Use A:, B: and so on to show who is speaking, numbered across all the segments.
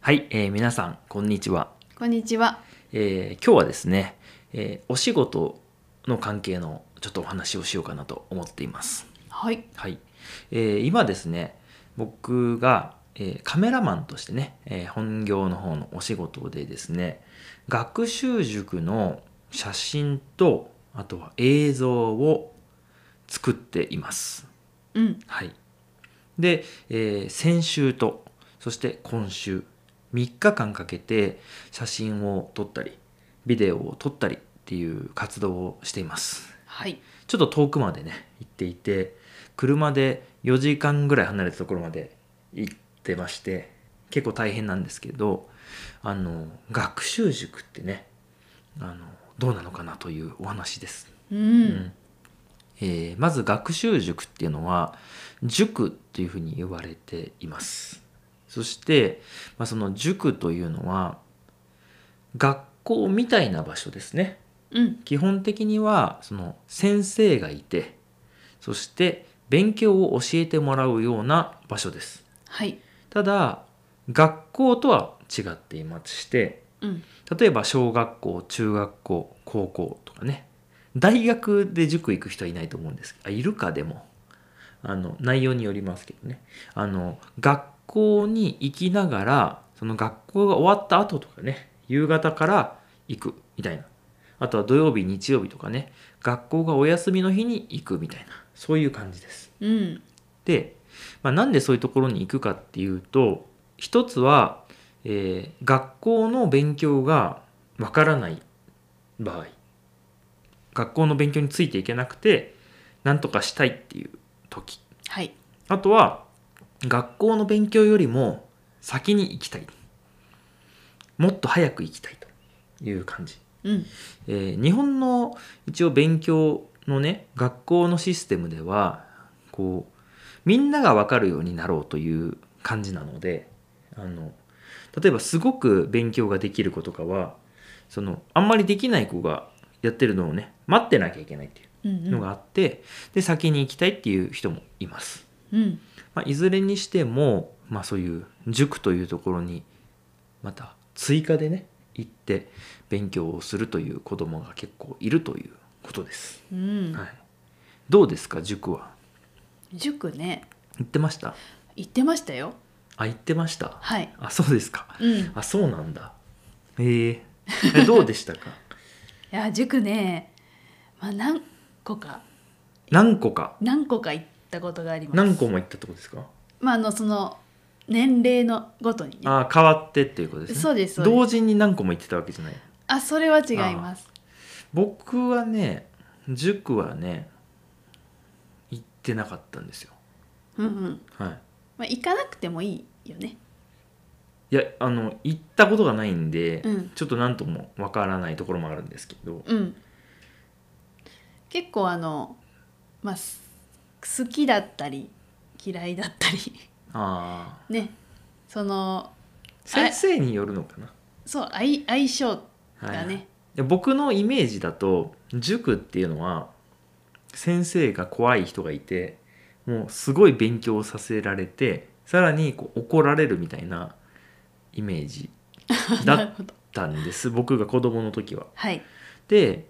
A: はい、えー皆さん、こんにちは。
B: こんにちは。
A: えー今日はですね、えーお仕事の関係のちょっとお話をしようかなと思っています。
B: はい。
A: はい。えー今ですね、僕が、えーカメラマンとしてね、えー本業の方のお仕事でですね、学習塾の写真と、あとは映像を作っています。
B: うん。
A: はい、で、えー先週とそして今週3日間かけて写真を撮ったりビデオを撮ったりっていう活動をしています
B: はい。
A: ちょっと遠くまでね行っていて車で4時間ぐらい離れたところまで行ってまして結構大変なんですけどあの学習塾ってねあのどうなのかなというお話です
B: う
A: うん
B: ん。
A: えーまず学習塾っていうのは塾っていうふうに言われていますそして、まあ、その塾というのは学校みたいな場所ですね
B: うん。
A: 基本的にはその先生がいてそして勉強を教えてもらうような場所です
B: はい。
A: ただ学校とは違っていまして
B: うん。
A: 例えば小学校中学校高校とかね大学で塾行く人はいないと思うんですあいるかでもあの内容によりますけどねあの学校に行きながらその学校が終わった後とかね夕方から行くみたいなあとは土曜日日曜日とかね学校がお休みの日に行くみたいなそういう感じです
B: うん。
A: で、まあ、なんでそういうところに行くかっていうと一つは、えー学校の勉強がわからない場合学校の勉強についていけなくてなんとかしたいっていう時
B: はい。
A: あとは学校の勉強よりも先に行きたいもっと早く行きたいという感じ
B: うん。
A: えー日本の一応勉強のね学校のシステムではこうみんなが分かるようになろうという感じなのであの例えばすごく勉強ができる子とかはそのあんまりできない子がやってるのをね待ってなきゃいけないってい
B: うん。
A: うのがあって、で先に行きたいっていう人もいます。
B: うん。
A: まあ、いずれにしても、まあ、そういう塾というところにまた追加でね行って勉強をするという子供が結構いるということです、
B: うん。
A: はい、どうですか塾は
B: 塾ね。
A: 行ってました
B: 行ってましたよ。
A: あ行ってました
B: はい。
A: あそうですか
B: うん。い
A: あそうなんだへええどうでしたか
B: や、塾ね。まあ、何個か。
A: 何個か
B: 何個か行ったことがあります。
A: 何個も行ったってことですか
B: まあ、あの、その。年齢のごとにね。
A: あ変わってっていうことですね
B: そうですそうです
A: 同時に何個も行ってたわけじゃない
B: あ、それは違います。
A: 僕はね塾はね行ってなかったんですよ
B: うんうん。
A: は
B: まあ、行かなくてもいいよね。
A: いいやあの行ったことがないんで、
B: うん
A: ちょっと何ともわからないところもあるんですけど
B: うん、結構あの、まあ、す好きだったり嫌いだったり
A: ああ
B: ねその
A: 先生によるのかな
B: そう相相性が
A: はい
B: ね、
A: で僕のイメージだと塾っていうのは先生が怖い人がいてもうすごい勉強させられてさらにこう怒られるみたいなイメージだ
B: なる
A: っ
B: ほど
A: たんです僕が子供の時は。
B: はい
A: で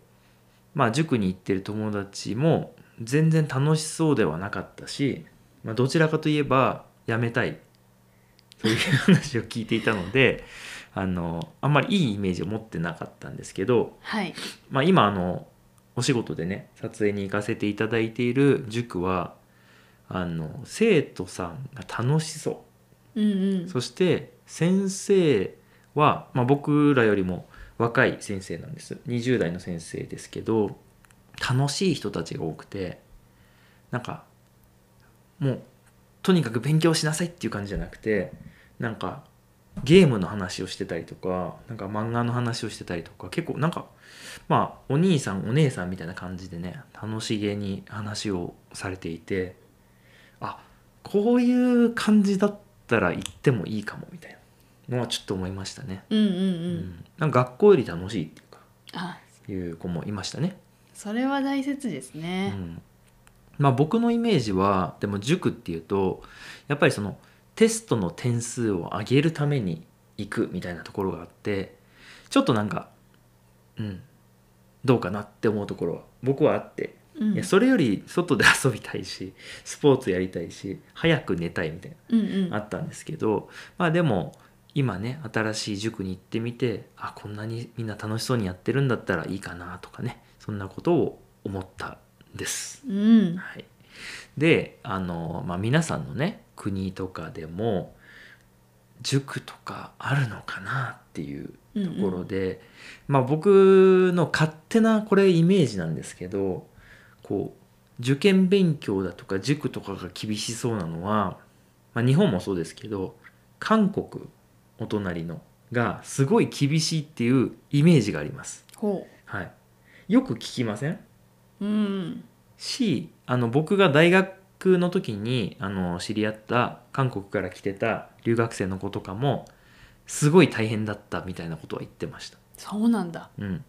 A: まあ塾に行ってる友達も全然楽しそうではなかったし、まあ、どちらかといえば辞めたいという 話を聞いていたのであのあんまりいいイメージを持ってなかったんですけど、
B: はい
A: まあ、今あのお仕事でね撮影に行かせていただいている塾はあの生徒さんが楽しそう
B: うんうん
A: そして先生は、まあ、僕らよりも若い先生なんです20代の先生ですけど楽しい人たちが多くてなんかもうとにかく勉強しなさいっていう感じじゃなくてなんかゲームの話をしてたりとかなんか漫画の話をしてたりとか結構なんかまあお兄さんお姉さんみたいな感じでね楽しげに話をされていてあこういう感じだったら行ってもいいかもみたいなのはちょっと思いましたね。
B: うんうんう
A: うんんなんか学校より楽しいっていうか
B: あ
A: いう子もいましたね。
B: それは大切です
A: う
B: ね、
A: んまあ、僕のイメージはでも塾っていうとやっぱりそのテストの点数を上げるために行くみたいなところがあってちょっとなんかうんどうかなって思うところは僕はあって、
B: うん
A: いやそれより外で遊びたいしスポーツやりたいし早く寝たいみたいな
B: うんう ん
A: あったんですけどまあでも今ね新しい塾に行ってみてあこんなにみんな楽しそうにやってるんだったらいいかなとかねそんなことを思ったんです。
B: うん
A: はい、であの、まあ、皆さんのね国とかでも塾とかあるのかなっていう
B: うん
A: ところで、まあ、僕の勝手なこれイメージなんですけどこう受験勉強だとか塾とかが厳しそうなのは、まあ、日本もそうですけど韓国お隣のがすごい厳しいっていうイメージがあります。
B: ほ
A: はい、よく聞きません
B: ううん
A: しあの僕が大学の時にあの知り合った韓国から来てた留学生の子とかもすごい大変だったみたいなことは言ってました。
B: そうなんだ
A: うん、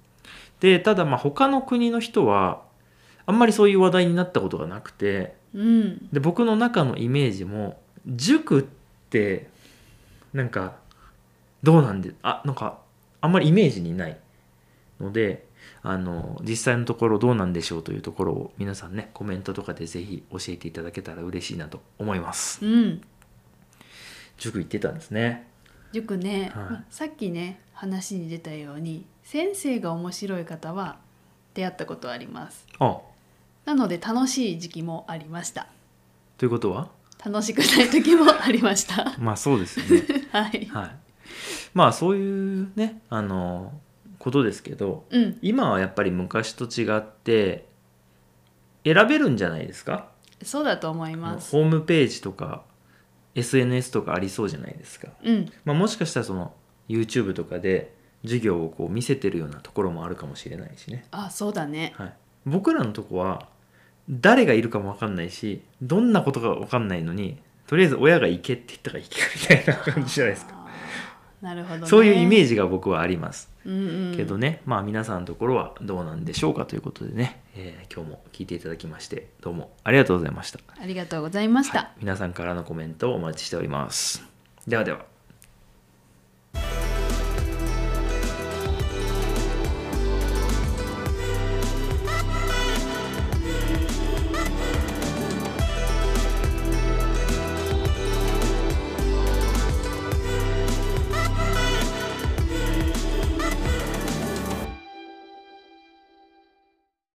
A: でただまあ他の国の人はあんまりそういう話題になったことがなくて
B: うん
A: で僕の中のイメージも塾ってなんかどうなんであなんかあんまりイメージにないのであの実際のところどうなんでしょうというところを皆さんねコメントとかでぜひ教えていただけたら嬉しいなと思います
B: うん
A: 塾行ってたんですね
B: 塾ね、
A: はい
B: まあさっきね話に出たように先生が面白い方は出会ったことあります
A: あ
B: なので楽しい時期もありました
A: ということは
B: 楽しくない時もありました
A: まあそうですよね
B: はい
A: はい、まあそういうねあのことですけど
B: うん
A: 今はやっぱり昔と違って選べるんじゃないですか
B: そうだと思います
A: ホームページとか SNS とかありそうじゃないですか、
B: うん
A: まあ、もしかしたらその YouTube とかで授業をこう見せてるようなところもあるかもしれないしね、
B: あそうだね
A: はい、僕らのとこは誰がいるかも分かんないしどんなことか分かんないのにとりあえず親が行けって言ったから行けみたいな感じじゃないですか
B: あーなるほど、ね、
A: そういうイメ
B: ジ、
A: ージが僕はあります
B: うんうん、
A: けどね、まあ皆さんのところはどうなんでしょうかということでね、えー今日も聞いていただきましてどうもありがとうございました、
B: ありがとうございました、
A: はい皆さんからのコメントをお待ちしておりますではでは